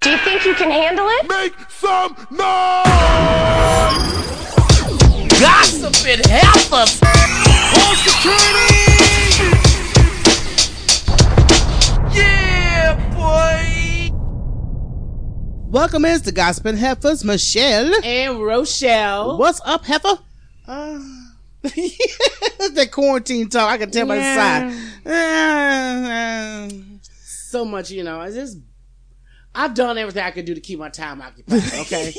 Do you think you can handle it? Make some noise! Gossiping helpers. Call security! Yeah, boy. Welcome is the Gossiping Heifers, Michelle. And Rochelle. Uh, What's up, Heifer? that quarantine talk, I can tell by the sigh. So much, you know. It's just I've done everything I could do to keep my time occupied. Okay,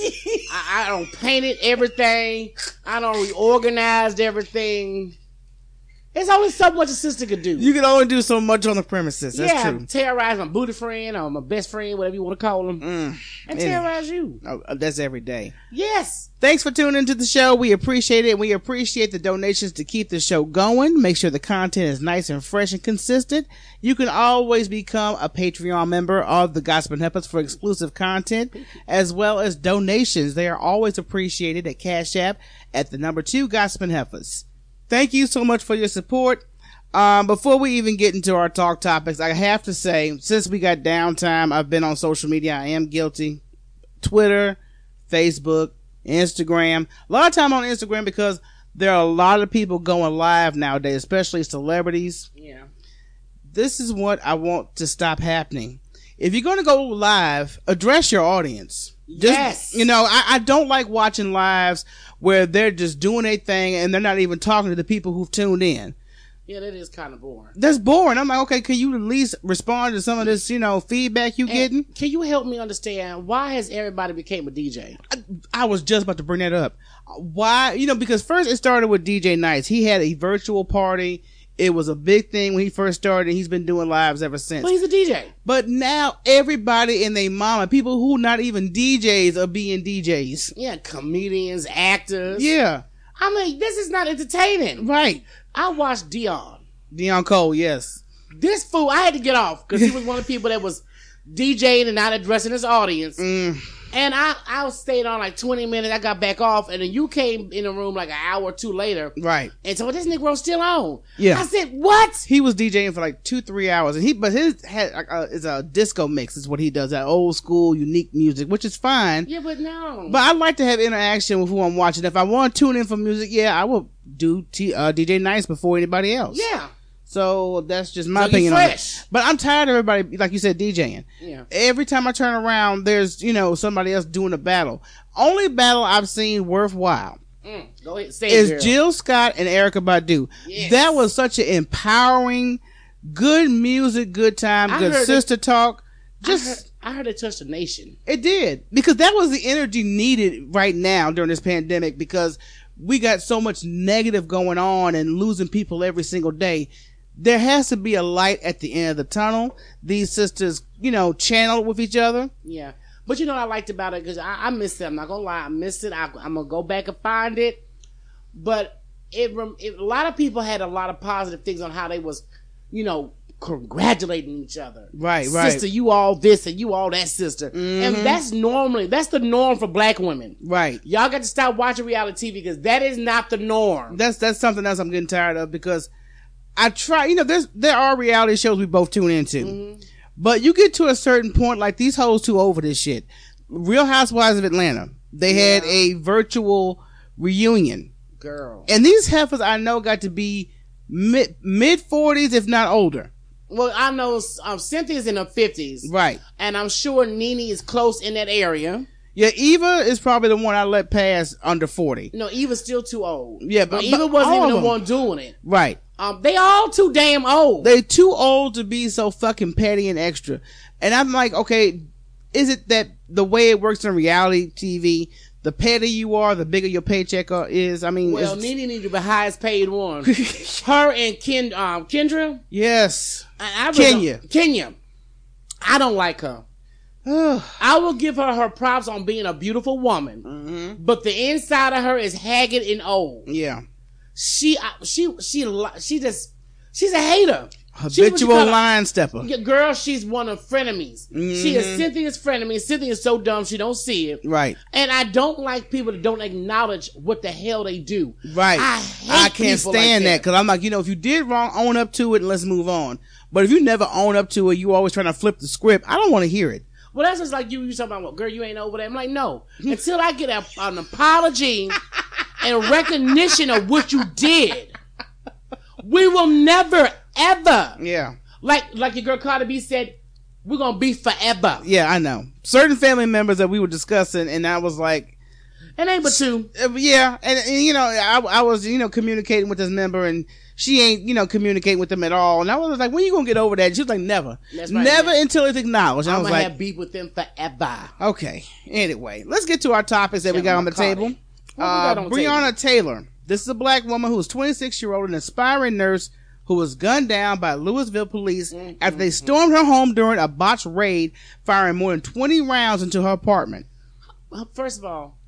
I, I don't painted everything. I don't reorganized everything. It's always so much a sister could do. You can only do so much on the premises. That's yeah, true. terrorize my booty friend or my best friend, whatever you want to call them, Mm. and yeah. terrorize you. Oh, uh, that's every day. Yes, Thanks for tuning into the show. We appreciate it. We appreciate the donations to keep the show going. Make sure the content is nice and fresh and consistent. You can always become a Patreon member of the Gospel Heifers for exclusive content as well as donations. They are always appreciated at Cash App at the number two Gospel Heifers. Thank you so much for your support. Um, before we even get into our talk topics, I have to say, since we got downtime, I've been on social media. I am guilty. Twitter, Facebook, Instagram. A lot of time on Instagram because there are a lot of people going live nowadays, especially celebrities. yeah, This is what I want to stop happening. If you're going to go live, address your audience. Just, Yes. You know, I, I don't like watching lives where they're just doing a thing and they're not even talking to the people who've tuned in. yeah. That is kind of boring. That's boring. I'm like, okay, can you at least respond to some of this, you know, feedback you getting? And Can you help me understand why has everybody became a DJ? I was just about to bring that up. Why? You know, because first it started with DJ Nice. He had a virtual party. It was a big thing when he first started. He's been doing lives ever since. Well, he's a DJ. But now everybody and their mama, people who not even DJs are being DJs. Yeah, comedians, actors. Yeah, I mean, this is not entertaining. right. I watched Dion. Deion Cole, yes. This fool, I had to get off because he was one of the people that was DJing and not addressing his audience. Mm. And I, I stayed on like 20 minutes. I got back off, and then you came in the room like an hour or two later. Right. And so this Negro still on. Yeah. I said, what? He was DJing for like two, three hours, and he but his had like a, is a disco mix is what he does that old school unique music, which is fine. Yeah, but no. But I like to have interaction with who I'm watching. If I want to tune in for music, yeah, I will do T, uh, DJ Nice before anybody else. yeah. So that's just my So you opinion. on it. fresh. But I'm tired of everybody, like you said, DJing. Yeah. Every time I turn around, there's you know somebody else doing a battle. Only battle I've seen worthwhile Mm, go ahead. Say is it. girl. Jill Scott and Erica Badu. Yes. That was such an empowering, good music, good time, I good heard it- sister talk. I heard, Just I heard it touched the nation. it did because that was the energy needed right now during this pandemic because we got so much negative going on and losing people every single day. There has to be a light at the end of the tunnel. These sisters, you know, channel with each other. Yeah. But you know what I liked about it? Because I, I missed it. I'm not going to lie. I missed it. I, I'm going to go back and find it. But it, rem- it a lot of people had a lot of positive things on how they was, you know, congratulating each other. Right, right. Mm-hmm. Sister, you all this and you all that, sister. And that's normally, that's the norm for black women. Right. Y'all got to stop watching reality TV because that is not the norm. That's that's something else I'm getting tired of because I try. You know, there's there are reality shows we both tune into, but you get to a certain point like these hoes too over this shit. Real Housewives of Atlanta. They had a virtual reunion. Girl. And these heifers I know got to be mid mid forties, if not older. Well, I know um, Cynthia's in her 50s. Right. And I'm sure Nene is close in that area. Yeah, Eva is probably the one I let pass under forty. No, Eva's still too old. Yeah, but- Eva but all wasn't of even the them. one doing it. Right. Um, they all too damn old. They too old to be so fucking petty and extra. And I'm like, okay, is it that the way it works in reality TV, the petty you are, the bigger your paycheck are- is? I mean, well, it's- Nene need to be highest paid one. Her and Ken, um, Kendra. yes. I, I really Kenya. don't- Kenya. I don't like her. I will give her her props on being a beautiful woman, Mm-hmm. but the inside of her is haggard and old. yeah. She, I- she, she, li- she just, she's a hater. She's what you Habitual call a- line stepper. Yeah, girl, she's one of frenemies. She Mm-hmm. is Cynthia's frenemy. Cynthia is so dumb she don't see it. Right. And I don't like people that don't acknowledge what the hell they do. Right. I hate I can't people like stand that that. because I'm like, you know, if you did wrong, own up to it and let's move on. But if you never own up to it, you always trying to flip the script. I don't want to hear it. Well, that's just like you. You talking about what, girl? You ain't over that. I'm like, no. Until I get a, an apology and recognition of what you did, we will never ever Yeah. like like your girl Carter B said. We're gonna be forever. Yeah, I know. Certain family members that we were discussing, and I was like, It ain't but two. uh, yeah, and, and, you know, I, I was you know communicating with this member, and she ain't you know communicating with them at all, and I was like, when you gonna get over that? And she was like, never, That's right, never yeah. until it's acknowledged. And I I'm was gonna like, have beef with them forever. okay. Anyway, let's get to our topics that we got on the Kevin table. McCarty. Uh, What we got on the Breonna Taylor. This is a black woman who is 26 year old, an aspiring nurse who was gunned down by Louisville police Mm-hmm. after they stormed her home during a botched raid, firing more than 20 rounds into her apartment. Well, first of all,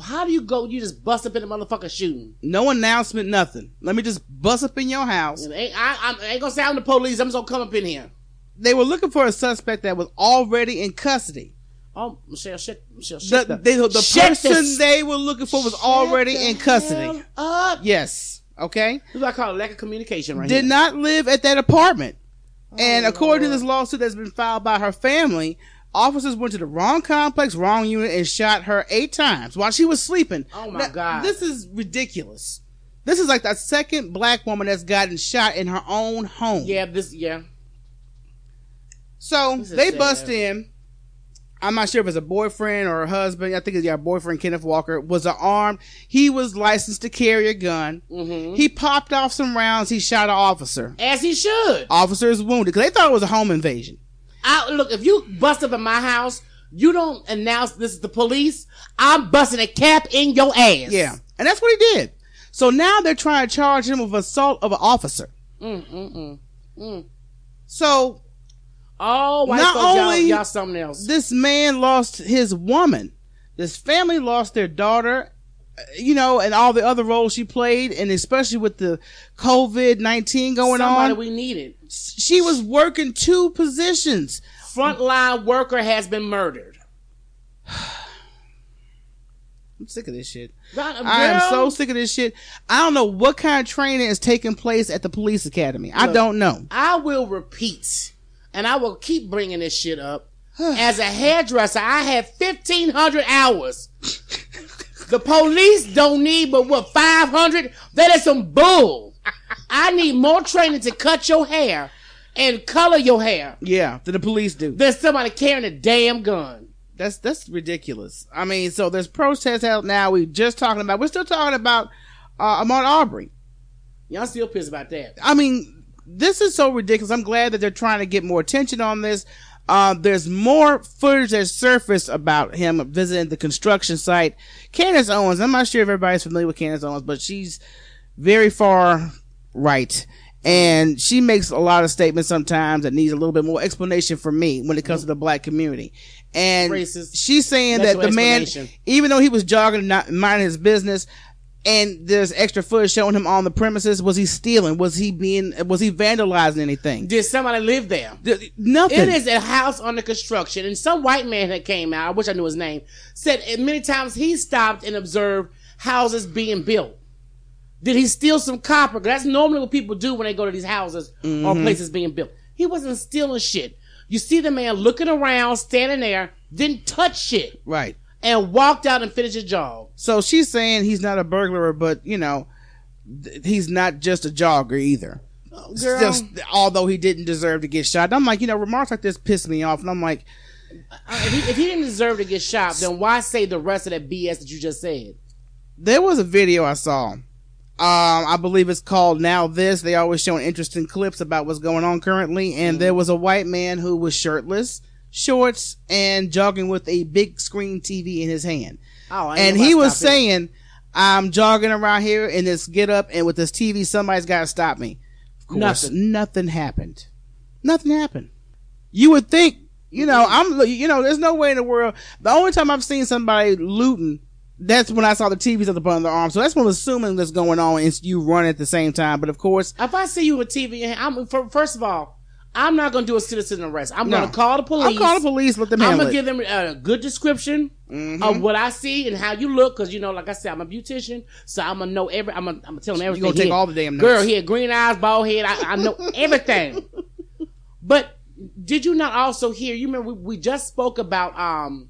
how do you go? You just bust up in a motherfucker shooting. No announcement, nothing. Let me just bust up in your house. And ain't, I, I'm, ain't gonna say I'm the police. I'm just gonna come up in here. They were looking for a suspect that was already in custody. Oh, Michelle, shit, Michelle, The, shit. they- the person they were looking for was already in custody. Up. Yes. Okay. This is what I call a lack of communication right Did here. not live at that apartment. and according Oh. to this lawsuit that's been filed by her family, officers went to the wrong complex, wrong unit, and shot her eight times while she was sleeping. Oh my God. This is ridiculous. This is like the second black woman that's gotten shot in her own home. Yeah, this, yeah. So This is they sad. bust in. I'm not sure if it's a boyfriend or a husband. I think it's your boyfriend, Kenneth Walker, was armed. He was licensed to carry a gun. Mm-hmm. He popped off some rounds. He shot an officer. As he should. Officer is wounded because they thought it was a home invasion. I look if you bust up in my house, you don't announce this is the police. I'm busting a cap in your ass. Yeah, and that's what he did. So now they're trying to charge him with assault of an officer. Mm mm mm. mm. So Oh, white Not folks, y'all- only- y'all, something else. this man lost his woman. This family lost their daughter, uh, you know, and all the other roles she played, and especially with the COVID 19 going Somebody on. we needed. she was working two positions. Frontline worker has been murdered. I'm sick of this shit. God, I am so girl, sick of this shit. I don't know what kind of training is taking place at the police academy. I Look. don't know. I will repeat, and I will keep bringing this shit up. As a hairdresser, I had fifteen hundred hours. the police don't need but what five hundred. That is some bull. I need more training to cut your hair and color your hair Yeah, that the police do. than somebody carrying a damn gun. That's that's ridiculous. I mean, so there's protests out now. We just talking about. We're still talking about uh, Ahmaud Aubrey. Y'all still pissed about that? I mean, this is so ridiculous. I'm glad that they're trying to get more attention on this. Uh, there's more footage that surfaced about him visiting the construction site. Candace Owens. I'm not sure if everybody's familiar with Candace Owens, but she's very far right. And she makes a lot of statements sometimes that needs a little bit more explanation for me when it comes to the black community. And Racist. she's saying That's that your the man, explanation. even though he was jogging, and not minding his business, and there's extra footage showing him on the premises, was he stealing? Was he being? Was he vandalizing anything? Did somebody live there? Th- Nothing. It is a house under construction, and some white man that came out, I wish I knew his name, said uh, many times he stopped and observed houses being built. Did he steal some copper? 'Cause That's normally what people do when they go to these houses or Mm-hmm. places being built. He wasn't stealing shit. You see the man looking around, standing there, didn't touch shit, right. and walked out and finished his job. So she's saying he's not a burglar, but you know, th- he's not just a jogger either. Oh, Girl, Just, although he didn't deserve to get shot, And I'm like, you know, remarks like this piss me off, and I'm like, uh, if, he, if he didn't deserve to get shot, then why say the rest of that BS that you just said? there was a video I saw. Um, I believe it's called Now This. They always show interesting clips about what's going on currently. And there was a white man who was shirtless, shorts, and jogging with a big screen TV in his hand. Oh, I ain't And nobody he was stopped him. saying, I'm jogging around here in this get up and with this TV, somebody's got to stop me. Of course, nothing. Nothing. happened. Nothing happened. You would think, you know, I'm, you know, there's no way in the world. The only time I've seen somebody looting, that's when I saw the TVs up under their arm. So that's what I'm assuming that's going on is you run at the same time. But of course, If I see you with TV, in hand, I'm fir- first of all, I'm not going to do a citizen arrest. I'm No. going to call the police. I'll call the police, Mm-hmm. let them I'm handle gonna it. give them a good description of what I see and how you look, because you know, like I said, I'm a beautician, so I'm gonna know every. I'm gonna, I'm gonna tell them everything. gonna take He- all the damn girl. notes. He had green eyes, bald head. I, I know everything. but Did you not also hear? You remember we, we just spoke about um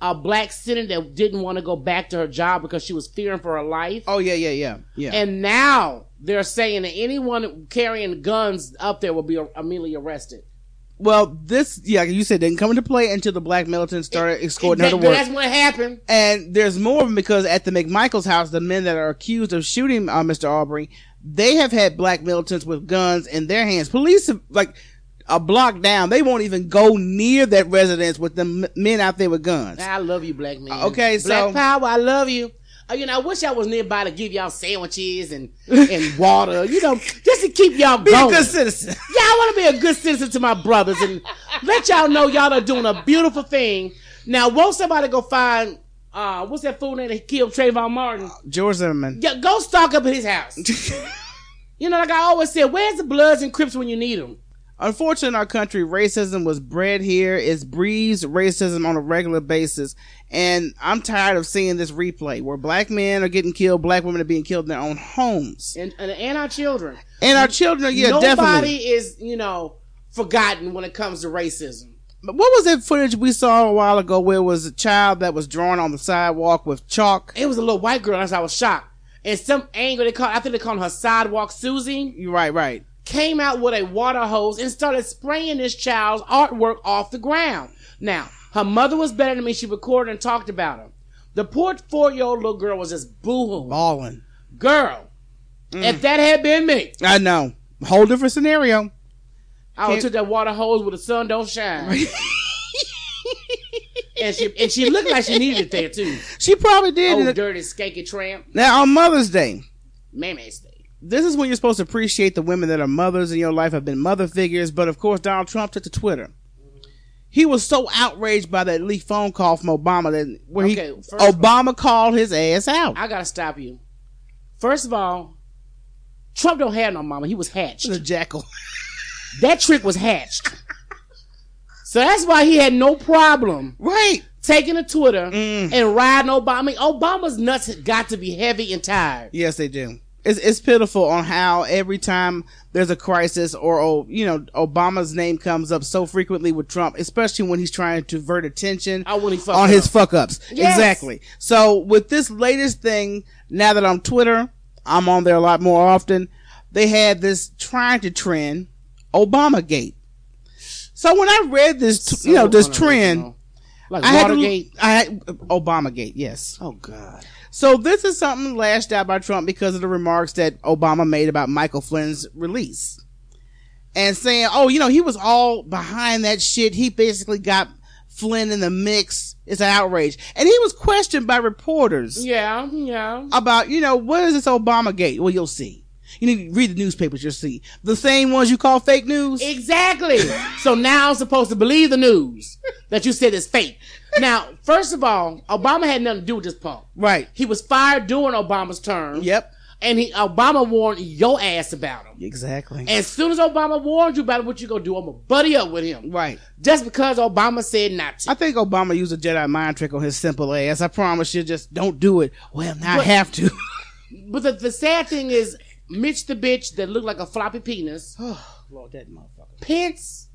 a black senator that didn't want to go back to her job because she was fearing for her life. Oh yeah, yeah, yeah, yeah. And now they're saying that anyone carrying guns up there will be immediately arrested. well, this yeah, you said didn't come into play until the black militants started escorting her to That- work. That's what happened. And there's more of them because at the McMichaels house, the men that are accused of shooting uh, Mr. Aubrey, they have had black militants with guns in their hands. Police have, like a block down. They won't even go near that residence with the m- men out there with guns. I love you, black man. Okay, black so- power. I love you. Uh, you know, I wish I was nearby to give y'all sandwiches and and water. You know, just to keep y'all Be a going. good citizen. Yeah, I want to be a good citizen to my brothers and let y'all know y'all are doing a beautiful thing. Now, won't somebody go find uh what's that fool name that killed Trayvon Martin? George Zimmerman. Yeah, go stalk up at his house. you know, like I always said, where's the Bloods and Crips when you need them? Unfortunately, in our country, racism was bred here. It breeds racism on a regular basis. And I'm tired of seeing this replay where black men are getting killed, black women are being killed in their own homes. And, and and our children. And our children are, yeah, Nobody definitely. is, you know, forgotten when it comes to racism. But what was that footage we saw a while ago where it was a child that was drawn on the sidewalk with chalk? It was a little white girl, and I was shocked. And some anger they call I think they called her sidewalk Susie. You're right, right. came out with a water hose and started spraying this child's artwork off the ground. Now, her mother was better than me. She recorded and talked about her. The poor four year old little girl was just boohoo. Balling. Girl, Mm. if that had been me, I know. Whole different scenario. I would have Can't- took that water hose where the sun don't shine. and she and she looked like she needed it there too. She probably did. Oh, it. dirty skanky tramp, now on Mother's Day, mammy's day. this is when you're supposed to appreciate the women that are mothers in your life have been mother figures. But of course, Donald Trump took to Twitter. He was so outraged by that leaked phone call from Obama that where Okay, he first of all- Obama called his ass out. I gotta stop you. First of all, Trump don't have no mama. He was hatched. the jackal. That trick was hatched. so that's why he had no problem Right. taking to Twitter Mm. and riding Obama. I mean, Obama's nuts got to be heavy and tired. Yes, they do. It's, it's pitiful on how every time there's a crisis or, oh, you know, Obama's name comes up so frequently with Trump, especially when he's trying to divert attention I wouldn't fuck on up. his fuck ups. Yes. Exactly. So with this latest thing, now that I'm Twitter, I'm on there a lot more often. They had this trying to trend Obamagate. So when I read this, t- you know, this trend, Unoriginal. like I had to, Watergate. I had, Obamagate, yes. oh God, So this is something lashed out by Trump because of the remarks that Obama made about Michael Flynn's release. And saying, oh, you know, he was all behind that shit. He basically got Flynn in the mix. It's an outrage. And he was questioned by reporters yeah, yeah. about, you know, what is this Obama gate? Well, you'll see. You need to read the newspapers, you'll see. The same ones you call fake news. Exactly. so now I'm supposed to believe the news that you said is fake. Now, first of all, Obama had nothing to do with this punk. right. He was fired during Obama's term. Yep. And he Obama warned your ass about him. Exactly. As soon as Obama warned you about it, what you gonna do? I'm gonna buddy up with him. right. Just because Obama said not to. I think Obama used a Jedi mind trick on his simple ass. I promise you, just don't do it. Well, now I But- have to. But the, the sad thing is, Mitch the bitch that looked like a floppy penis, Oh, Lord, that motherfucker. Pence,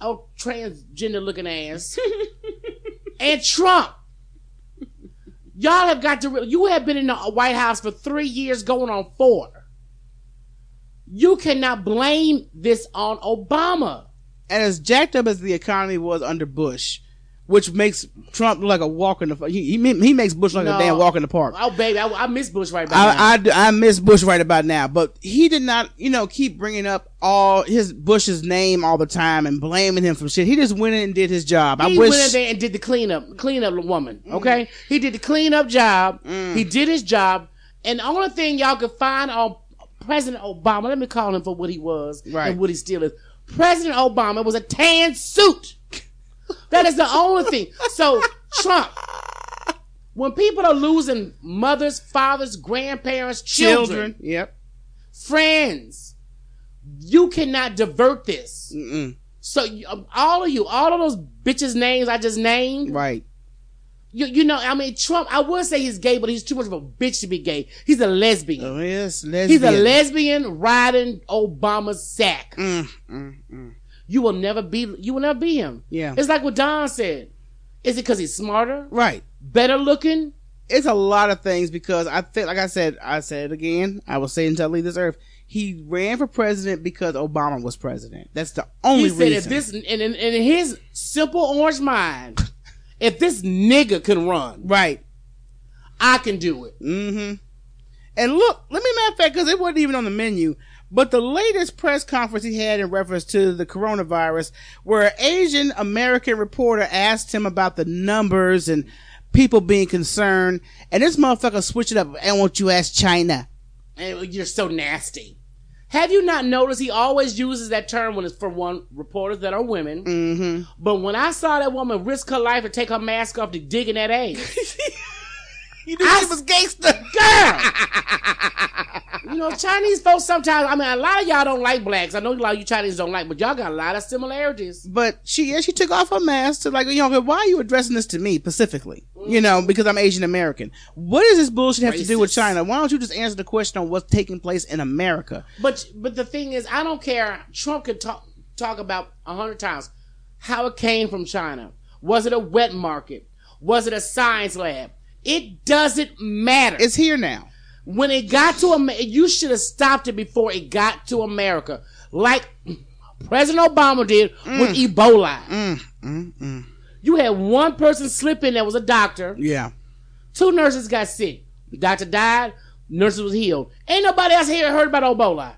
oh transgender looking ass, and Trump. Y'all have got to. Re- you have been in the White House for three years, going on four. You cannot blame this on Obama. And as jacked up as the economy was under Bush, which makes Trump look like a walk in the he he, ma- he makes Bush look like No. a damn walk in the park. Oh baby, I, I miss Bush right now. I, I do- I miss Bush right about now, but he did not you know keep bringing up all his Bush's name all the time and blaming him for shit. He just went in and did his job. I He wish Mm. went in there and did the cleanup, cleanup woman. Okay, he did the cleanup job. He did his job, and the only thing y'all could find on President Obama, let me call him for what he was Right. and what he still is. President Obama was a tan suit. that is the only thing. So Trump, when people are losing mothers, fathers, grandparents, children, Yep. friends, you cannot divert this. Mm-mm. So you- um, all of you, all of those bitches' names I just named Right. you, you know, I mean, Trump, I would say he's gay, but he's too much of a bitch to be gay. He's a lesbian. Oh, yes. Lesbian. he's a lesbian riding Obama's sack. Mm, mm, mm. you will never be you will never be him. Yeah. It's like what Don said. Is it because he's smarter, Right. better looking? it's a lot of things because I think, like I said, I said it again. I will say it until I leave this earth. He ran for president because Obama was president. That's the only He said reason. if this and in, and in his simple orange mind, if this nigga can run, right. I can do it. Mm-hmm. And look, let me matter of fact, because it wasn't even on the menu. But the latest press conference he had in reference to the coronavirus, where an Asian American reporter asked him about the numbers and people being concerned, and this motherfucker switched it up. And won't you ask China? And Eh, you're so nasty. Have you not noticed he always uses that term when it's for one reporters that are women? Mm-hmm. But when I saw that woman risk her life and take her mask off to dig in that ass, You knew I- she was gangster. you know, Chinese folks sometimes. I mean, a lot of y'all don't like blacks. I know a lot of you Chinese don't like, but y'all got a lot of similarities. But she, yeah, she took off her mask to like, you know, why are you addressing this to me specifically? You know, because I'm Asian American. What does this bullshit have to do with Racist. China? Why don't you just answer the question on what's taking place in America? But but the thing is, I don't care. Trump could talk talk about a hundred times how it came from China. Was it a wet market? Was it a science lab? It doesn't matter. It's here now. when it got to America, you should have stopped it before it got to America, like President Obama did with Mm. Ebola. You had one person slip in that was a doctor. Yeah. Two nurses got sick. Doctor died. Nurses was healed. Ain't nobody else here heard about Ebola.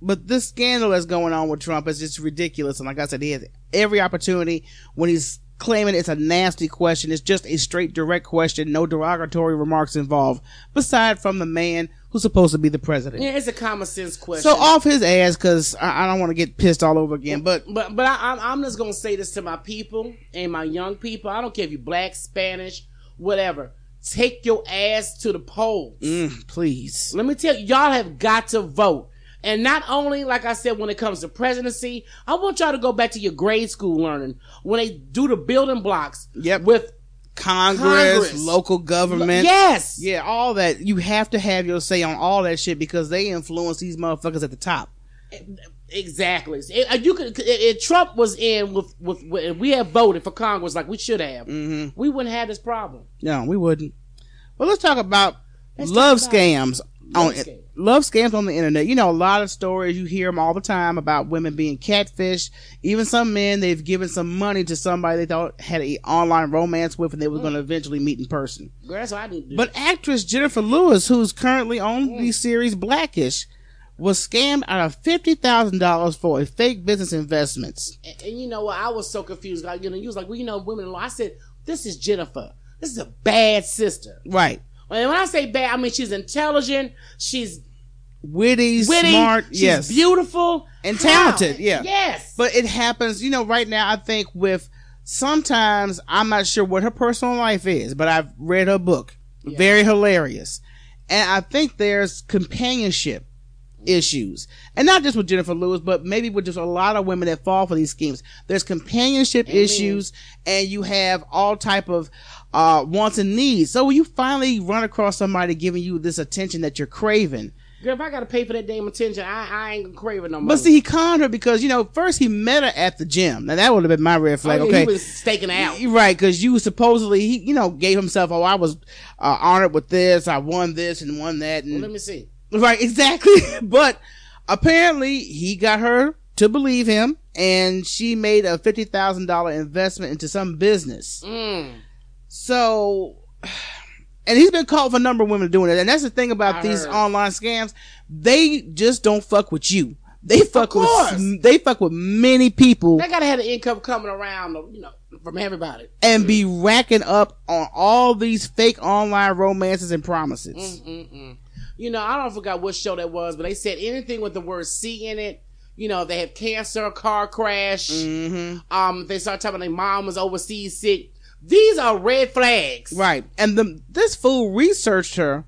But this scandal that's going on with Trump is just ridiculous. And like I said, he has every opportunity when he's claiming it's a nasty question. It's just a straight, direct question. No derogatory remarks involved, beside from the man who's supposed to be the president. Yeah, it's a common sense question. So off his ass, because I, I don't want to get pissed all over again. But but but I, I'm I'm just gonna say this to my people and my young people. I don't care if you black, Spanish, whatever. Take your ass to the polls. mm, please, Let me tell you, y'all have got to vote. And not only, like I said, when it comes to presidency, I want y'all to go back to your grade school learning when they do the building blocks. Yep. With Congress, Congress. local government, yes, yeah, all that. You have to have your say on all that shit because they influence these motherfuckers at the top. exactly. It- uh, you could. If Trump was in with with, with if we had voted for Congress like we should have, Mm-hmm. we wouldn't have this problem. No, we wouldn't. Well, let's talk about Let's love talk about scams on scams. love scams on the internet. You know, a lot of stories you hear them all the time about women being catfished. Even some men they've given some money to somebody they thought had an online romance with, and they were Mm. going to eventually meet in person. Girl, that's what I need to do. But actress Jennifer Lewis, who's currently on Mm. the series Blackish, was scammed out of fifty thousand dollars for a fake business investments. and, and you know what? I was so confused. Like, you know, you was like, well, you know, women in law. I said, this is Jennifer. This is a bad sister. Right. And when I say bad, I mean she's intelligent. She's Witty, witty, smart, she's yes. beautiful And How? talented, yeah. yes. But But it happens, you know, right now I think with sometimes I'm not sure what her personal life is, but I've read her book. Very hilarious. And I think there's companionship issues. And not just with Jennifer Lewis, but maybe with just a lot of women that fall for these schemes. There's companionship issues and you have all type of uh wants and needs. So when you finally run across somebody giving you this attention that you're craving, girl, if I gotta pay for that damn attention, I, I ain't gonna crave it no more. but see, he conned her because you know first he met her at the gym. Now that would have been my red flag. Oh, yeah, okay, he was staking out. You're right? Because you supposedly he you know gave himself. Oh, I was uh, honored with this. I won this and won that. And Let me see. right, exactly. but apparently he got her to believe him, and she made a fifty thousand dollar investment into some business. Mm. So, and he's been called for a number of women doing it. And that's the thing about I these heard. online scams. They just don't fuck with you. They fuck course. with, they fuck with many people They gotta have the income coming around, you know, from everybody. and be racking up on all these fake online romances and promises. Mm-mm. You know, I don't forgot what show that was, but they said anything with the word C in it. You know, they have cancer, car crash. Mm-hmm. Um, they start talking about their mom was overseas sick. These are red flags. Right. And the, this fool researched her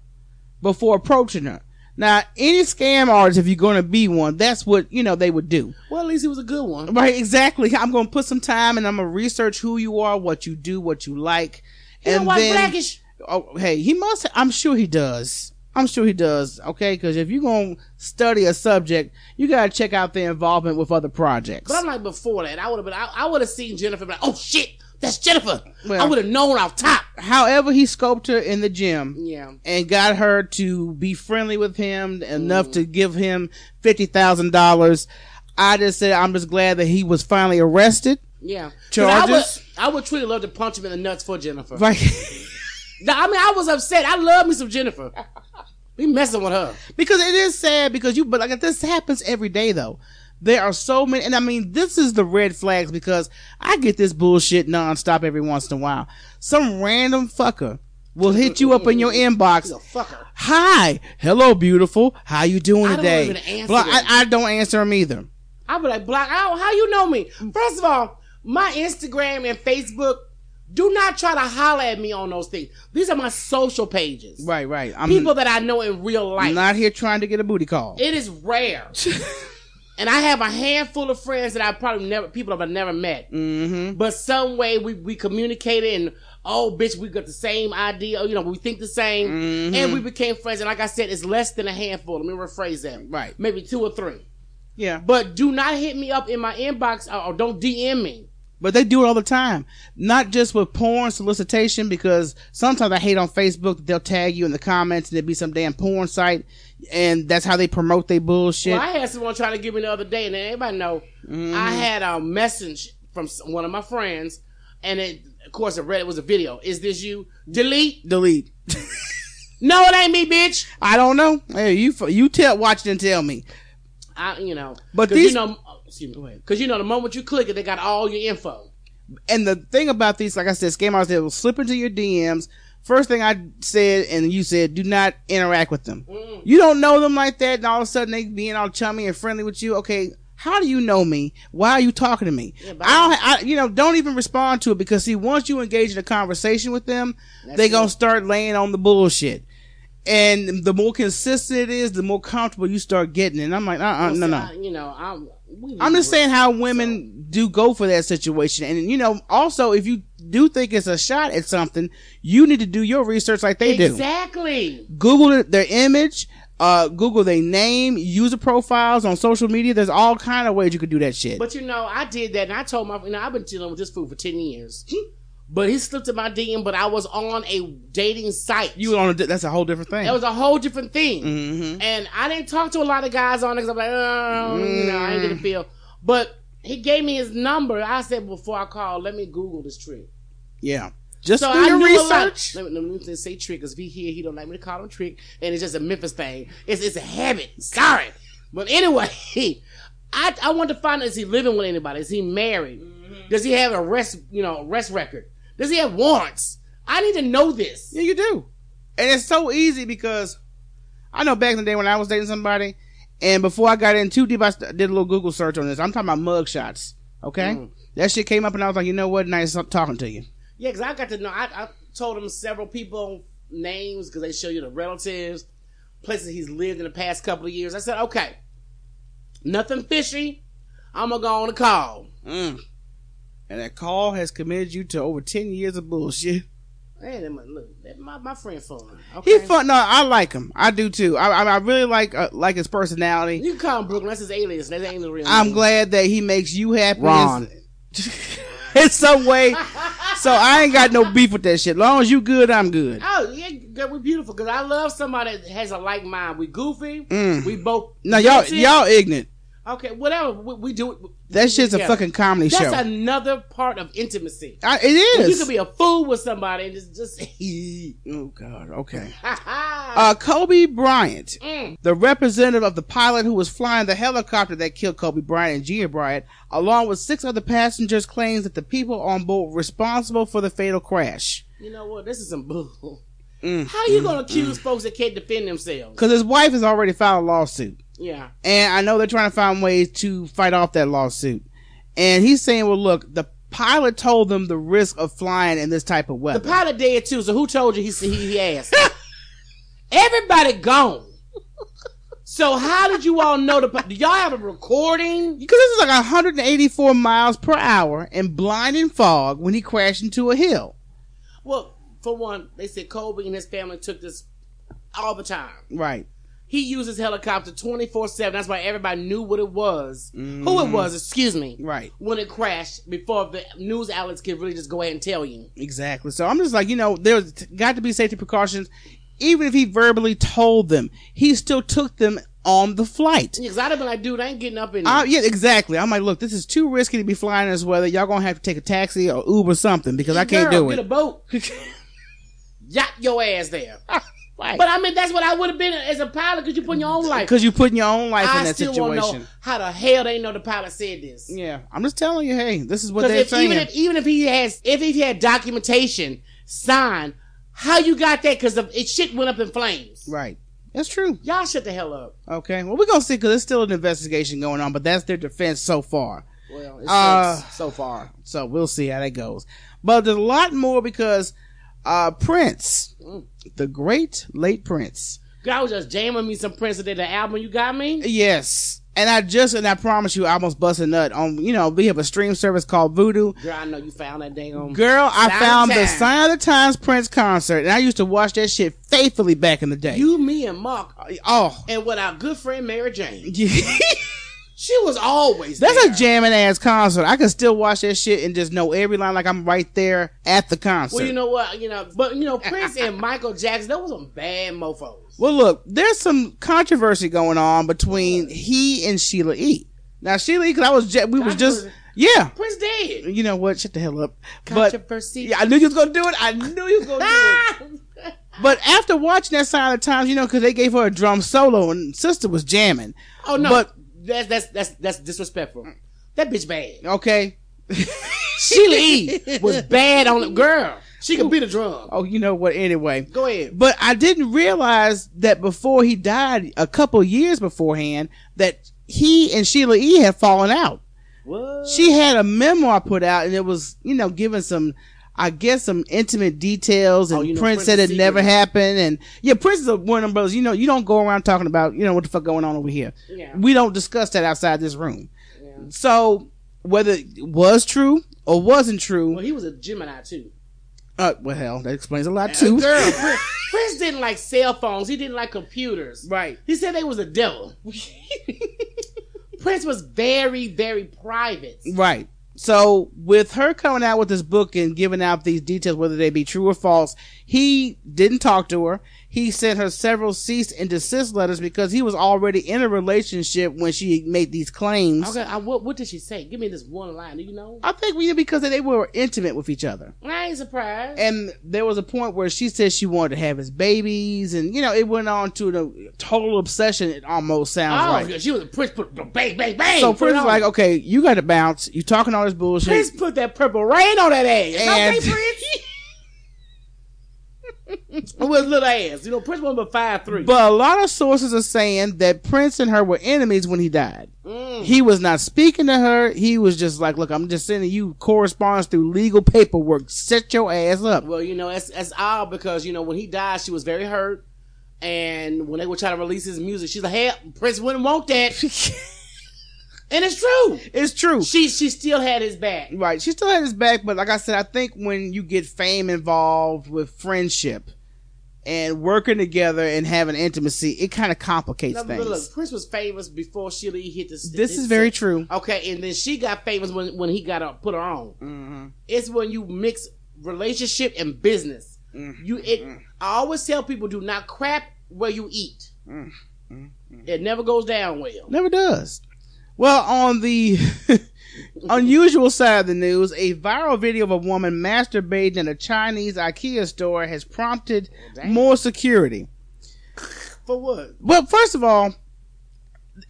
before approaching her. Now, any scam artist, if you're going to be one, that's what, you know, they would do. Well, at least he was a good one. Right, exactly. I'm gonna put some time and I'm gonna research who you are, what you do, what you like. You know and why then, blackish? oh, hey, he must. I'm sure he does. I'm sure he does, okay? Because if you're going to study a subject, you got to check out their involvement with other projects. But I'm like before that, I would have been. I, I would have seen Jennifer be like, oh shit, that's Jennifer. I Well- would have known off top. However, he scoped her in the gym Yeah. and got her to be friendly with him enough to give him $50,000. I just said, I'm just glad that he was finally arrested. Yeah. 'Cause Charges? I would, I would truly love to punch him in the nuts for Jennifer. Like, No, I mean, I was upset. I love me some Jennifer. We messing with her. because it is sad because you, but like this happens every day though. There are so many, and I mean, this is the red flags because I get this bullshit nonstop every once in a while. Some random fucker will hit you up in your inbox She's a fucker. Hi, hello, beautiful. How you doing I don't today? even answer Blah- them. I, I don't answer them either. I be like, block out. How you know me? First of all, my Instagram and Facebook. Do not try to holler at me on those things. These are my social pages. Right, right. I'm People that I know in real life. not here trying to get a booty call. It is rare. and I have a handful of friends that I probably never, people that I've never met. mm-hmm. But some way we, we communicated and, oh, bitch, we got the same idea. Oh, You know, we think the same. And Mm-hmm. we became friends. And like I said, it's less than a handful. Let me rephrase that. Right. Maybe two or three. Yeah, but, But do not hit me up in my inbox or, or don't DM me. but they do it all the time. Not just with porn solicitation, because sometimes I hate on Facebook that they'll tag you in the comments and it'd be some damn porn site, and that's how they promote their bullshit. Well, I had someone trying to give me the other day, and everybody know Mm-hmm. I had a message from s- one of my friends, and it, of course, I read it was a video. Is this you? Delete. Delete. No, it ain't me, bitch. I don't know. Hey, you f- you tell watch it and tell me. I, you know, But 'cause these- you know, oh, excuse me, because you know, the moment you click it, they got all your info. And the thing about these, like I said, scam artists, they will slip into your DMs. First thing I said, and you said, do not interact with them. You don't know them like that, and all of a sudden they being all chummy and friendly with you. Okay, how do you know me? Why are you talking to me? bye. I don't, I, you know, don't even respond to it because see, once you engage in a conversation with them, they gonna start laying on the bullshit. And the more consistent it is, the more comfortable you start getting. And I'm like, uh, uh no, So no. I- you know, I'm. We I'm just saying how women do go for that situation. And, you know, also, if you do think it's a shot at something, you need to do your research like they do. exactly. Google th- their image, uh, Google their name, user profiles on social media. There's all kind of ways you could do that shit. But you know, I did that, and I told my, you know, I've been dealing with this fool for ten years. But he slipped in my DM, but I was on a dating site. you on a, di- that's a whole different thing. It was a whole different thing. Mhm. And I didn't talk to a lot of guys on it 'cause I'm like, oh, you know, I ain't gonna feel. But he gave me his number. I said before I call, let me Google this trick. yeah. Just So do I your knew research. a lot. Let me, let me just say trick because if he here, he don't like me to call him trick, and it's just a Memphis thing. It's it's a habit. Sorry, but anyway, I I want to find out is he living with anybody? Is he married? Does he have a rest you know rest record? Does he have warrants? I need to know this. Yeah, you do. And it's so easy because I know back in the day when I was dating somebody, and before I got in too deep, I st- did a little Google search on this. I'm talking about mug shots. Okay, Mhm. that shit came up, and I was like, you know what? Nice talking to you. Yeah, because I got to know. I, I told him several people names because they show you the relatives, places he's lived in the past couple of years. I said, okay, nothing fishy. I'm gonna go on a call. And that call has committed you to over ten years of bullshit. Hey, that my, look, that my, my friend phone. He Okay. fun. No, I like him. I do too. I I, I really like uh, like his personality. You can call him Brooklyn. That's his alias. That ain't the real. I'm name. glad that he makes you happy. Mm. Ron. in some way. So I ain't got no beef with that shit. Long as you good, I'm good. Oh yeah, girl, we beautiful because I love somebody that has a like mind. We goofy. Mm. We both. No, y'all That's it. y'all ignorant. Okay, whatever. We, we do. it. That shit's a Yeah. fucking comedy That's show. another part of intimacy. I, it You is. could be a fool with somebody and just just. oh God. Okay. Ha ha. Uh, Kobe Bryant, Mm. the representative of the pilot who was flying the helicopter that killed Kobe Bryant and Gia Bryant, along with six other passengers, claims that the people on board were responsible for the fatal crash. You know what? This is some bull. Mm. How you gonna accuse folks that can't defend themselves? Because his wife has already filed a lawsuit, Yeah. and I know they're trying to find ways to fight off that lawsuit. And he's saying, "Well, look, the pilot told them the risk of flying in this type of The weather." pilot did too. So who told you he he, he asked? Everybody gone. So how did you all know the? pi- Do y'all have a recording? Because this is like 184 miles per hour in blinding fog when he crashed into a hill. Well, for one, they said Kobe and his family took this all the time. Right. He uses helicopter 24 7. That's why everybody knew what it was, who it was, excuse me, Mm-hmm. Right. when it crashed before the news outlets could really just go ahead and tell you. Exactly. So I'm just like, you know, there's got to be safety precautions. Even if he verbally told them, he still took them on the flight. Because I'd have been like, dude, I ain't getting up in I, yeah, exactly. I'm like, look, this is too risky to be flying in this weather. Y'all gonna have to take a taxi or Uber or something because I can't Girl, do Get a it. boat. Yacht your ass there. Right. But I mean, that's what I would have been as a pilot because you're putting your own life. Because you're putting your own life in I that still situation. want to know how the hell they know the pilot said this. Yeah, I'm just telling you, hey, this is what Because they're if, saying. even if even if he has if he had documentation signed, how you got that? Because it shit went up in flames. right. That's true. Y'all shut the hell up. Okay. Well, we're gonna see because there's still an investigation going on, but that's their defense so far. Well, it Uh, sucks so far. So we'll see how that goes. But there's a lot more because uh Prince, the great late Prince. God was just jamming me some Prince today. The album you got me. Yes. And I just and I promise you I almost bust a nut on you know, we have a stream service called Voodoo. Girl, I know you found that dang on. Girl, I Sign found of the the Times. Sign of the Times Prince concert, and I used to watch that shit faithfully back in the day. You, me, and Mark, oh, and with our good friend Mary Jane. that's She was always a there. jamming ass concert. I can still watch that shit and just know every line like I'm right there at the concert. Well, you know what? You know, but you know, Prince and Michael Jackson, those were some bad mofos. Well, look, there's some controversy going on between he and Sheila E. Now, Sheila E. Because I was, ju- we was just, Controversy. yeah. Prince dead. You know what? Shut the hell up. But Controversy. yeah, I knew you was gonna do it. I knew you was gonna do it. But after watching that sign of the times, you know, because they gave her a drum solo and sister was jamming. oh no, But- Mm. that's that's that's that's disrespectful. That bitch bad. Okay. Sheila E was bad on the girl. She could beat a drum. Oh, you know what? Anyway. Go ahead. But I didn't realize that before he died, a couple years beforehand, that he and Sheila E. had fallen out. What? She had a memoir put out, and it was, you know, giving some, I guess, some intimate details. And Oh, you know, Prince Prince said it secret. never happened. And yeah, Prince is a- one of them brothers. You know, you don't go around talking about, you know, what the fuck going on over here. Yeah. We don't discuss that outside this room. Yeah. So whether it was true or wasn't true, Well, he was a Gemini too. uh, well, hell, that explains a lot Girl, too. Prince, Prince didn't like cell phones. He didn't like computers. Right. He said they was the devil. Prince was very, very private. Right. So with her coming out with this book and giving out these details, whether they be true or false, he didn't talk to her. He sent her several cease and desist letters because he was already in a relationship when she made these claims. Okay, I, what, what did she say? Give me this one line. Do you know? I think we because they were intimate with each other. I ain't surprised. And there was a point where she said she wanted to have his babies and you know, it went on to the total obsession it almost sounds oh, like. yeah, she was a Prince. Put bang, bang, bang. So put Prince it is on. like, okay, you got to bounce. You talking all this bullshit. Prince put that purple rain on that ass. And- okay, Prince. With his little ass, you know, Prince was but five three. But a lot of sources are saying that Prince and her were enemies when he died. Mm. He was not speaking to her. He was just like, "Look, I'm just sending you correspondence through legal paperwork. Set your ass up." well, you know, that's that's all because you know when he died, she was very hurt, and when they were trying to release his music, she's like, "Hey, Prince wouldn't want that," and it's true. It's true, She she still had his back. right? She still had his back, but like I said, I think when you get fame involved with friendship and working together and having intimacy, it kind of complicates Now, but things. look, Prince was famous before Sheila E. hit this. this is very true. Okay, and then she got famous when, when he got uh, put her on. It's when you mix relationship and business. You, it. I always tell people, do not crap where you eat. It never goes down well. Never does. Well, on the unusual side of the news, a viral video of a woman masturbating in a Chinese IKEA store has prompted more security. For what? But first of all,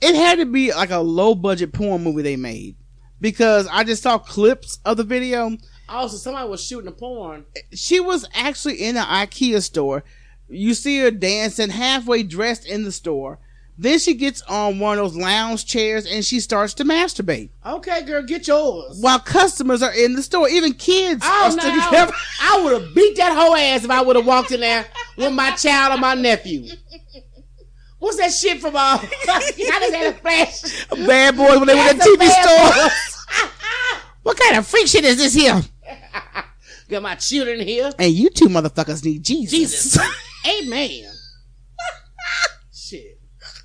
it had to be like a low budget porn movie they made because I just saw clips of the video. Also, somebody was shooting a porn. She was actually in an IKEA store. You see her dancing halfway dressed in the store. Then she gets on one of those lounge chairs and she starts to masturbate. Okay, girl, get yours. while customers are in the store, even kids are Oh, no, still I, would have beat that whole ass if I would have walked in there with my child or my nephew. What's that shit from uh, how does that flash? Bad boys when they were in the That's a TV bad store. what kind of freak shit is this here? Got my children here. And you two motherfuckers need Jesus. Jesus. Amen.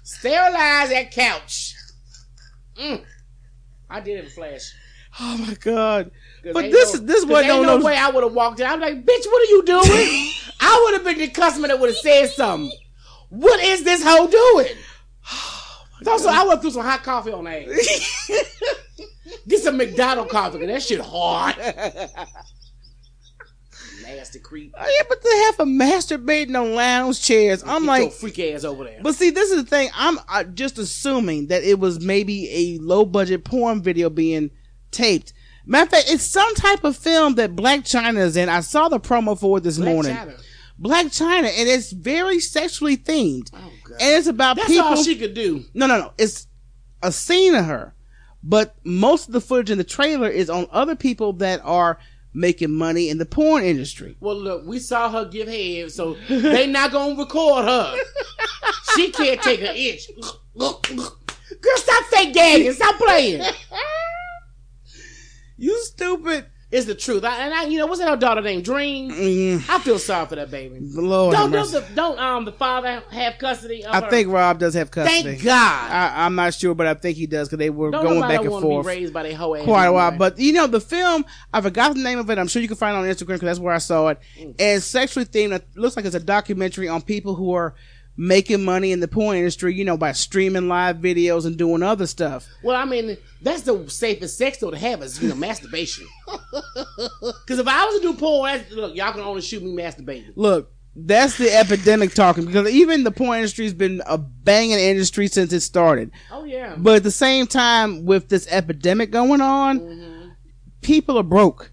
Sterilize that couch. Mm. I did it in flash. Oh my god! 'Cause But ain't this this 'cause one ain't don't no know- way I would have walked in. I'm like, bitch, what are you doing? Oh, I would have been the customer that would have said something. What is this hoe doing? So, so I would threw some hot coffee on her. ass. Get some McDonald coffee. 'cause That shit hard. Nasty creep. Oh, yeah, but they have a masturbating on lounge chairs. I'm Get your like, freak ass over there. but see, this is the thing. I'm uh, just assuming that it was maybe a low budget porn video being taped. Matter of fact, it's some type of film that Black China is in. I saw the promo for it this Black morning. China. Black China, and it's very sexually themed, Oh, God. and it's about That's people. all she could do. No, no, no. It's a scene of her, but most of the footage in the trailer is on other people that are making money in the porn industry. Well, look, we saw her give head, so they not gonna record her. she can't take an inch. Girl, stop fake gagging. Stop playing. You stupid. It's the truth. I, and I, you know, what's that her daughter named Dream? Mm, I feel sorry for that baby. Lord, have Don't don't, mercy. the, don't um the father have custody? Of I her? think Rob does have custody. Thank God. I, I'm not sure, but I think he does because they were Don't going nobody back and wanna forth. Be raised by their hoe ass quite a while. anyway. But you know, the film I forgot the name of it. I'm sure you can find it on Instagram because that's where I saw it. Mm. It's sexually themed. It looks like it's a documentary on people who are making money in the porn industry. You know, by streaming live videos and doing other stuff. Well, I mean, that's the safest sex though to have is you know masturbation. Because if I was to do porn, that's, look, y'all can only shoot me masturbating. Look. That's the epidemic talking because even the porn industry has been a banging industry since it started. Oh yeah. But at the same time, with this epidemic going on, people are broke.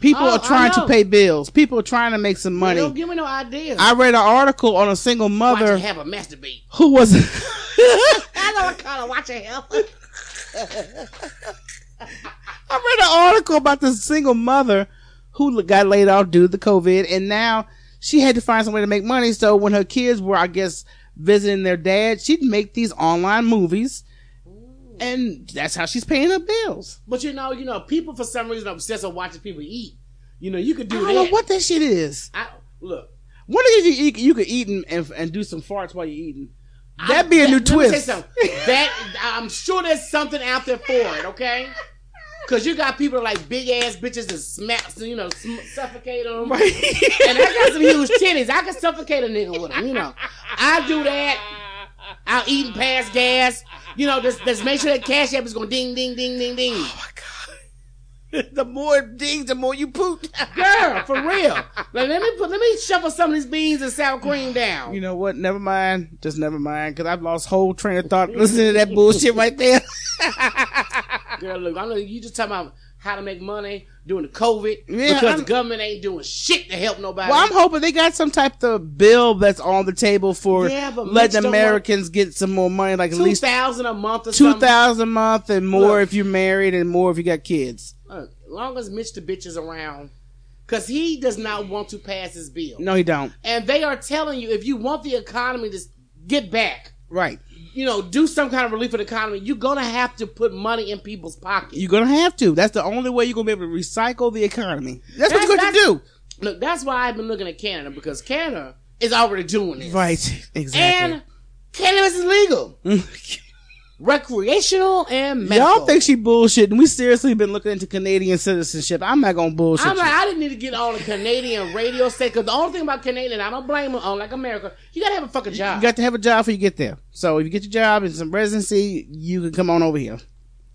People Mm-hmm. Oh, are I trying to know. pay bills. People are trying to make some money. Don't give me no ideas. I read an article on a single watch her mother have a masturbate. who was I know I call her watch her have. I read an article about this single mother who got laid off due to the COVID, and now she had to find some way to make money. So when her kids were, I guess, visiting their dad, she'd make these online movies, and that's how she's paying her bills. But you know, you know, people for some reason are obsessed with watching people eat. You know, you could I do don't that. know what that shit is. I, look, One of these you, you could eat and, and, and do some farts while you're eating. That'd be a that- new let me say twist. something. that I'm sure there's something out there for it. Okay. Cause you got people like big ass bitches that smack, you know, sm- suffocate them. and I got some huge titties. I can suffocate a nigga with them, you know. I do that. I'll eat and pass gas. You know, just, just make sure that cash app is going ding, ding, ding, ding, ding. the more it dings, the more you poop. Girl, for real. Like, let me put, let me shuffle some of these beans and sour cream down. You know what? Never mind. Just never mind. Because I've lost whole train of thought listening to that bullshit right there. Girl, look, I know you just talking about how to make money during the COVID Yeah, because I'm- the government ain't doing shit to help nobody. Well, I'm hoping they got some type of bill that's on the table for Yeah, but Mitch letting don't Americans get some more money, like at two least thousand a month or two something. thousand a month and more Look. if you're married and more if you got kids. Look, as long as Mitch the bitch is around, because he does not want to pass his bill, No, he don't. and they are telling you if you want the economy to s- get back, Right. you know, do some kind of relief for the economy, you're gonna have to put money in people's pockets. You're gonna have to. That's the only way you're gonna be able to recycle the economy. That's, what That's- you're gonna do. Look, that's why I've been looking at Canada because Canada is already doing this. Right. Exactly. And cannabis is legal, recreational, and medical. Y'all think she bullshitting. We seriously been looking into Canadian citizenship. I'm not gonna bullshit. I'm you. like, I didn't need to get on a Canadian radio station because the only thing about Canadian, and I don't blame them, on like America, you gotta have a fucking job. You got to have a job before you get there. So if you get your job and some residency, you can come on over here.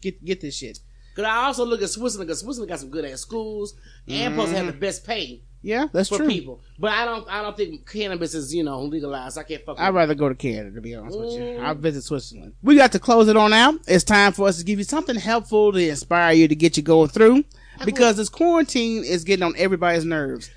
Get get this shit. Because I also look at Switzerland because Switzerland got some good ass schools and plus have the best pay Yeah, that's for Mm. true. people. But I don't, I don't think cannabis is you know legalized. I can't fuck. I'd with rather go to Canada to be honest with you. Mm. I'll visit Switzerland. We got to close it on out. It's time for us to give you something helpful to inspire you to get you going through. Because this quarantine is getting on everybody's nerves.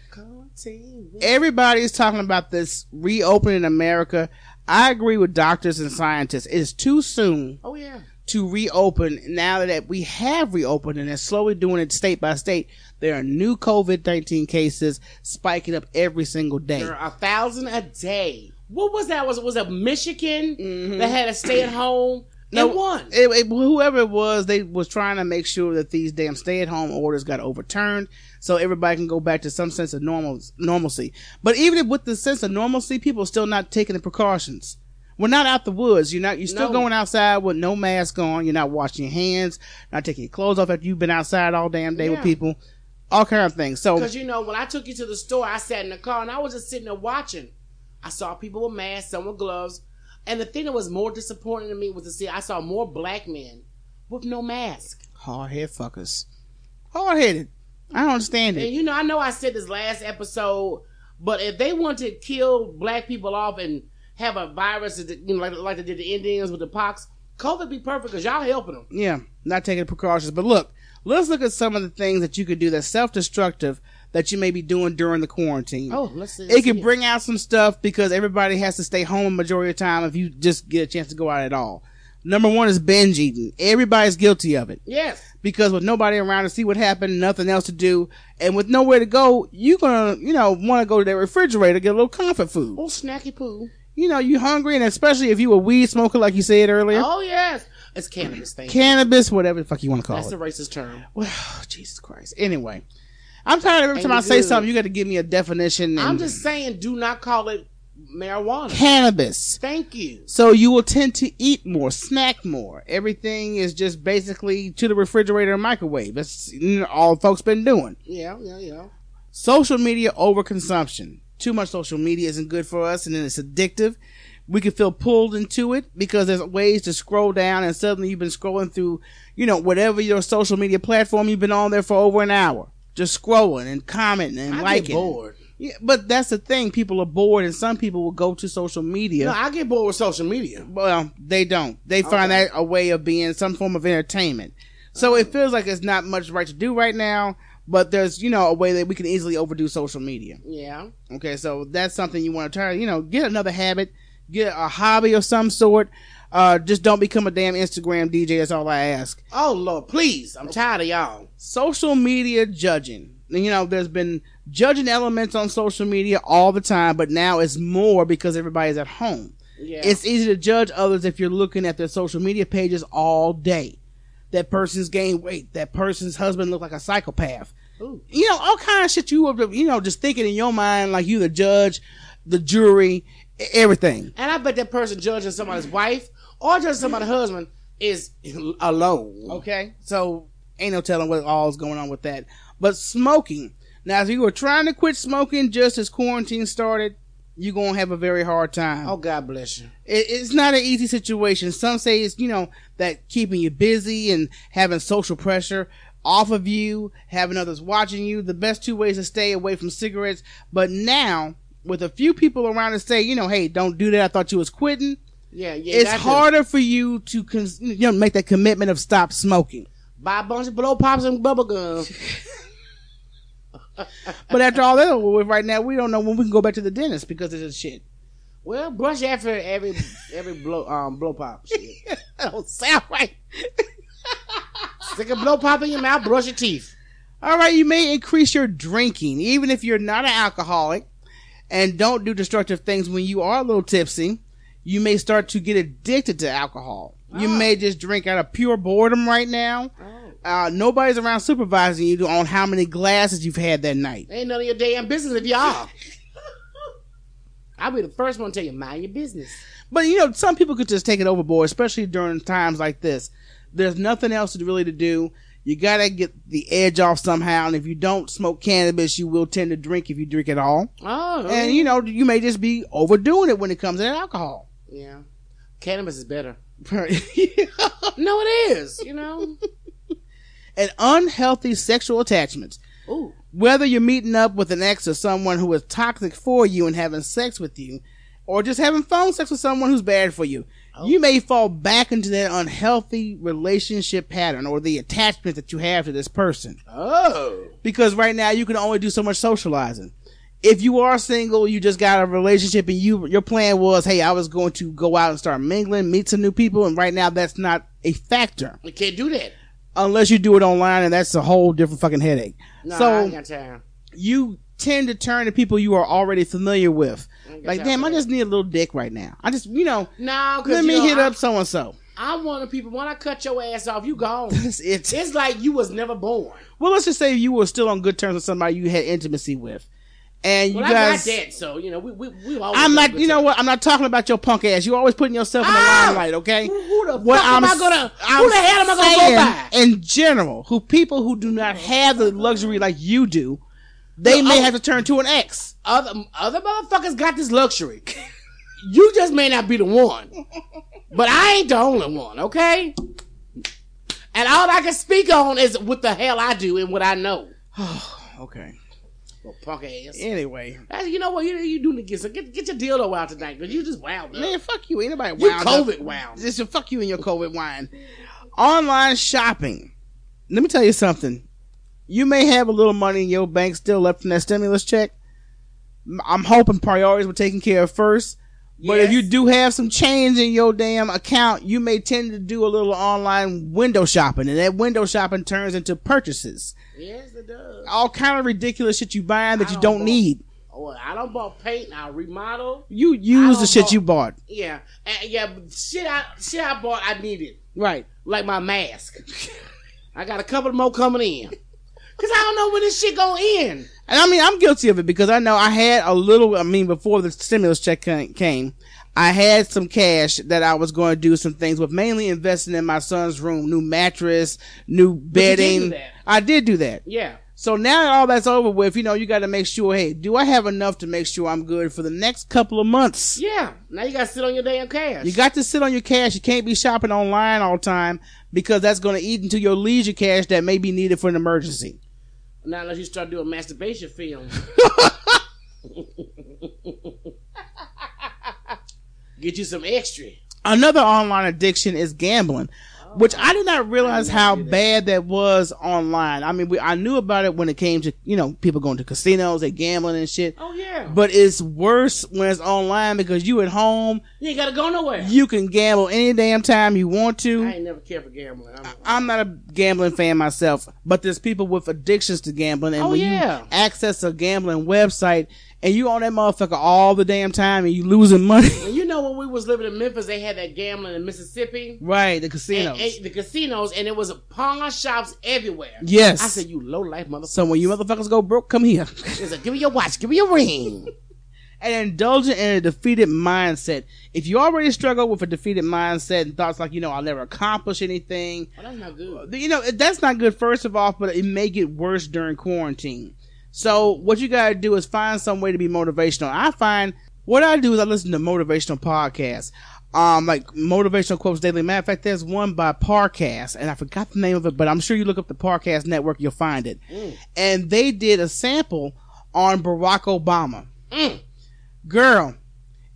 it. Everybody's talking about this reopening America. I agree with doctors and scientists. It's too soon Oh yeah, to reopen now that we have reopened and they're slowly doing it state by state. There are new COVID 19 cases spiking up every single day. there are a thousand a day. What was that? Was was a Michigan Mm-hmm. that had a stay at home? No one. It, it- whoever it was, they was trying to make sure that these damn stay at home orders got overturned so everybody can go back to some sense of normal, normalcy. But even if with the sense of normalcy, people are still not taking the precautions. We're not out the woods. You're not. You're still No. going outside with no mask on. You're not washing your hands. Not taking your clothes off after you've been outside all damn day with Yeah. people. All kind of things. So Because you know, when I took you to the store, I sat in the car and I was just sitting there watching. I saw people with masks, some with gloves, and the thing that was more disappointing to me was to see I saw more black men with no mask. hard head fuckers. Hard headed. I don't understand And it. you know, I know I said this last episode, but if they want to kill black people off and have a virus, that- you know, like, like they did the Indians with the pox, COVID be perfect because y'all helping them. Yeah, not taking precautions. But look, let's look at some of the things that you could do that's self destructive that you may be doing during the quarantine. Oh, let's see. it can bring out some stuff because everybody has to stay home majority of the time if you just get a chance to go out at all. Number one is binge eating. Everybody's guilty of it Yes. because with nobody around to see what happened, nothing else to do, and with nowhere to go, you're gonna, you know, want to go to that refrigerator get a little comfort food. Oh, snacky poo. You know, you hungry, and especially if you a weed smoker, like you said earlier, Oh, yes. It's cannabis thing. cannabis, whatever the fuck you want to call That's it. a racist term. well, Jesus Christ. Anyway, I'm tired of every Ain't time I say good. something, you got to give me a definition. And I'm just saying, do not call it marijuana. cannabis. Thank you. So you will tend to eat more, snack more. Everything is just basically to the refrigerator and microwave. That's you know, all folks been doing. Yeah, yeah, yeah. Social media overconsumption. Too much social media isn't good for us, and then it's addictive. We can feel pulled into it because there's ways to scroll down, and suddenly you've been scrolling through, you know, whatever your social media platform you've been on there for over an hour, just scrolling and commenting and I liking. get bored. Yeah, but that's the thing. People are bored, and some people will go to social media. No, I get bored with social media. Well, they don't. They find Okay. that a way of being some form of entertainment. So Um. it feels like it's not much right to do right now, but there's, you know, a way that we can easily overdo social media. Yeah. Okay, so that's something you want to try, you know, get another habit, get a hobby of some sort. Uh, just don't become a damn Instagram DJ. That's all I ask. Oh, Lord, please. I'm tired of y'all. Social media judging. You know, there's been judging elements on social media all the time, but now it's more because everybody's at home. Yeah. It's easy to judge others if you're looking at their social media pages all day. That person's gained weight. That person's husband looked like a psychopath. Ooh. You know, all kind of shit you were, you know, just thinking in your mind like you the judge, the jury, e- everything. And I bet that person judging somebody's wife or judging somebody's husband is alone. Okay. So ain't no telling what all's going on with that. But smoking. Now, if you were trying to quit smoking just as quarantine started, you're going to have a very hard time. Oh, God bless you. it, it's not an easy situation. Some say it's you know that keeping you busy and having social pressure off of you, having others watching you. The best two ways to stay away from cigarettes. But now with a few people around to say, you know, hey, don't do that. I thought you was quitting. Yeah, yeah. It's that's it. harder for you to con- you know make that commitment of stop smoking. Buy a bunch of blow pops and bubble gum. But after all that, over with right now we don't know when we can go back to the dentist because of this shit. well, brush after every every blow um blow pop. Shit. That don't sound right. Stick a blow pop in your mouth, brush your teeth. All right, you may increase your drinking, even if you're not an alcoholic and don't do destructive things when you are a little tipsy. You may start to get addicted to alcohol. You Ah. may just drink out of pure boredom right now. Oh. Uh, nobody's around supervising you on how many glasses you've had that night. Ain't none of your damn business if y'all. I'll be the first one to tell you, mind your business. But you know, some people could just take it overboard, especially during times like this. There's nothing else to really to do. You gotta get the edge off somehow. And if you don't smoke cannabis, you will tend to drink if you drink at all. Oh, and you know you may just be overdoing it when it comes to that alcohol yeah, cannabis is better. and No, it is. You know. unhealthy sexual attachments Ooh, whether you're meeting up with an ex or someone who is toxic for you and having sex with you or just having phone sex with someone who's bad for you you may fall back into that unhealthy relationship pattern or the attachment that you have to this person oh, because right now you can only do so much socializing. If you are single, you just got a relationship, and you your plan was, hey, I was going to go out and start mingling, meet some new people, and right now that's not a factor we can't do that. unless you do it online, and that's a whole different fucking headache. No, I ain't so got time. you tend to turn to people you are already familiar with. ain't got Like, time damn, for I that. just need a little dick right now. I just, you know, No, cause let you me know, hit I, up so and so. I'm one of the people. When I cut your ass off, you gone. That's it. it's like you was never born. Well, let's just say you were still on good terms with somebody you had intimacy with. And Well, you guys, I got that, so you know we we we always. I'm got not. a good You know time. what? I'm not talking about your punk ass. You always putting yourself in the Ah! limelight. Okay. Who, who the What fuck I'm am I gonna? I'm who the hell am I gonna saying, go by? In general, who people who do not have the luxury like you do, they No, may I- have to turn to an ex. other other motherfuckers got this luxury. you just may not be the one, but I ain't the only one, okay? And all I can speak on is what the hell I do and what I know. Okay. Well, punk ass. Anyway, That's- You know what? You you do need to get some- get, get your dildo out tonight because you just wild. man, Up. fuck you. Ain't nobody You wound up. COVID wound. Just fuck you and your COVID wine. Online shopping. Let me tell you something. You may have a little money in your bank still left from that stimulus check. M- I'm hoping priorities were taken care of first. But if Yes. you do have some change in your damn account, you may tend to do a little online window shopping, and that window shopping turns into purchases. Yes, it does. All kind of ridiculous shit you buying that I you don't don't know. need. Oh, well, I don't bought paint. I remodel. You use the don't shit know. you bought. Yeah, and, yeah. but Shit, I shit I bought. I needed. Right. like my mask. I got a couple more coming in. Cause I don't know when this shit gonna end. And I mean, I'm guilty of it because I know I had a little. I mean, before the stimulus check ca- came, I had some cash that I was going to do some things with, mainly investing in my son's room, new mattress, new you did bedding. do that. I did do that. Yeah. So now that all that's over with, you know, you got to make sure. Hey, do I have enough to make sure I'm good for the next couple of months? Yeah. Now you gotta sit on your damn cash. You got to sit on your cash. You can't be shopping online all the time because that's going to eat into your leisure cash that may be needed for an emergency. now unless you start doing masturbation films. Get you some extra. another online addiction is gambling which i did not realize Oh, how bad that was online i mean we, i knew about it when it came to you know people going to casinos and gambling and shit Oh yeah. But but it's worse when it's online because you at home you ain't gotta go nowhere. you can gamble any damn time you want I to ain't never cared for gambling. I'm, i'm not a gambling fan myself but there's people with addictions to gambling and Oh, when yeah. you access a gambling website and you on that motherfucker all the damn time and you losing money and you know when we was living in Memphis, they had that gambling in Mississippi. right the And- casinos and the casinos, and it was pawn shops everywhere. yes I said, you low life motherfucker. So when you motherfuckers go broke, come here. It's like, give me your watch, give me your ring. and indulgent in a defeated mindset. If you already struggle with a defeated mindset and thoughts like, you know, I'll never accomplish anything, Well, Oh, that's not good. you know, that's not good, first of all, but it may get worse during quarantine. So what you gotta do is find some way to be motivational. I find what I do is I listen to motivational podcasts. Um, like motivational quotes daily. Matter of fact, there's one by Parcast, and I forgot the name of it, but I'm sure you look up the Parcast network, you'll find it. And they did a sample on Barack Obama. Mm. Girl,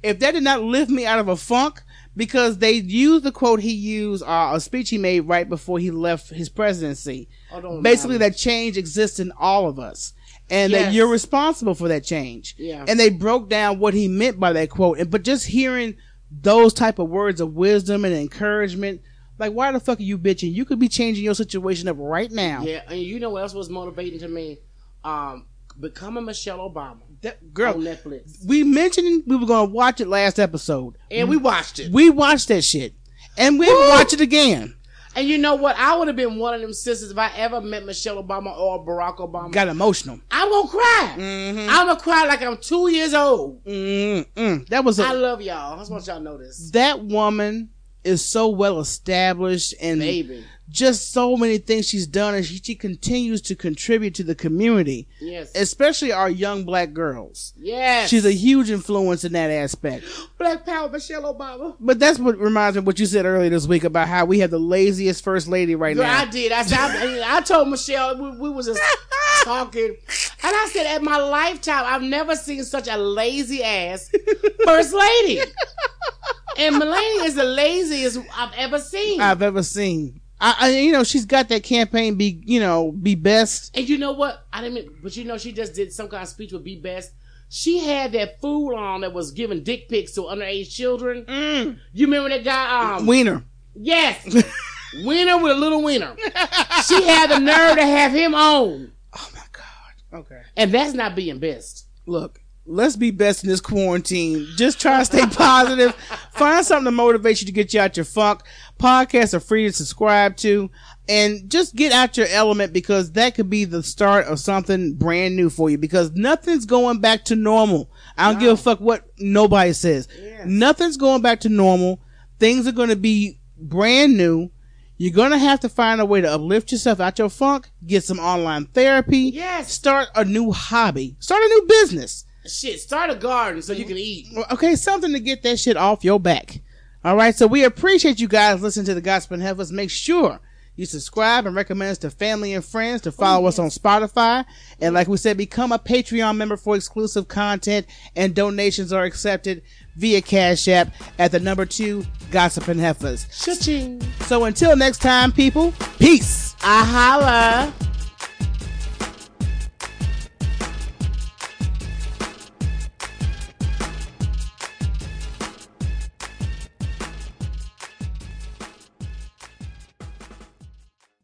if that did not lift me out of a funk, because they used the quote he used, uh, a speech he made right before he left his presidency. Oh, don't Basically, remind that change exists in all of us. And that Yes. you're responsible for that change. Yeah. And they broke down what he meant by that quote. And but just hearing those type of words of wisdom and encouragement, like why the fuck are you bitching? You could be changing your situation up right now. me. yeah, and you know what else was motivating to me? Um, becoming Michelle Obama That- girl, Mm. on Netflix, we mentioned we were gonna watch it last episode. and we watched it. We watched that shit, and we will watch it again. And you know what? I would have been one of them sisters if I ever met Michelle Obama or Barack Obama. Got Mm-hmm. emotional. I'm gonna cry. I'm gonna cry like I'm two years old. Mm-mm. Mm-hmm. That was a I love y'all. I just want y'all to know this, that woman is so well established and baby. just so many things she's done, and she, she continues to contribute to the community, Yes, especially our young black girls. yes. She's a huge influence in that aspect. Black Power Michelle Obama. But that's what reminds me of what you said earlier this week about how we have the laziest first lady right Girl, now. I did. I said, I, I told Michelle we, we was just talking, and I said, at my lifetime, I've never seen such a lazy ass first lady. And Melania is the laziest I've ever seen. I've ever seen. I, I, you know, she's got that campaign be, you know, be best. and you know what? I didn't. Mean, but you know, she just did some kind of speech with B Best. She had that fool on that was giving dick pics to underage children. You remember that guy? Um, Wiener. yes, winner with a little winner. She had the nerve to have him on, Oh my God. Okay. and that's not being best. Look, let's be best in this quarantine. Just try to stay positive. Find something to motivate you to get you out your funk. Podcasts are free to subscribe to. And just get out your element because that could be the start of something brand new for you because nothing's going back to normal. I don't give a fuck what nobody says. Yes. Nothing's going back to normal. Things are going to be brand new. You're going to have to find a way to uplift yourself out your funk, get some online therapy. Yes. Start a new hobby. Start a new business. Shit, start a garden so you can eat. Okay, something to get that shit off your back. All right, so we appreciate you guys listening to the Gospel and Help Us. Make sure you subscribe and recommend us to family and friends to follow us on Spotify. And like we said, become a Patreon member for exclusive content and donations are accepted via Cash App at the number two Gossip and Heifers. Cha-ching. So until next time, people, peace. Ahala.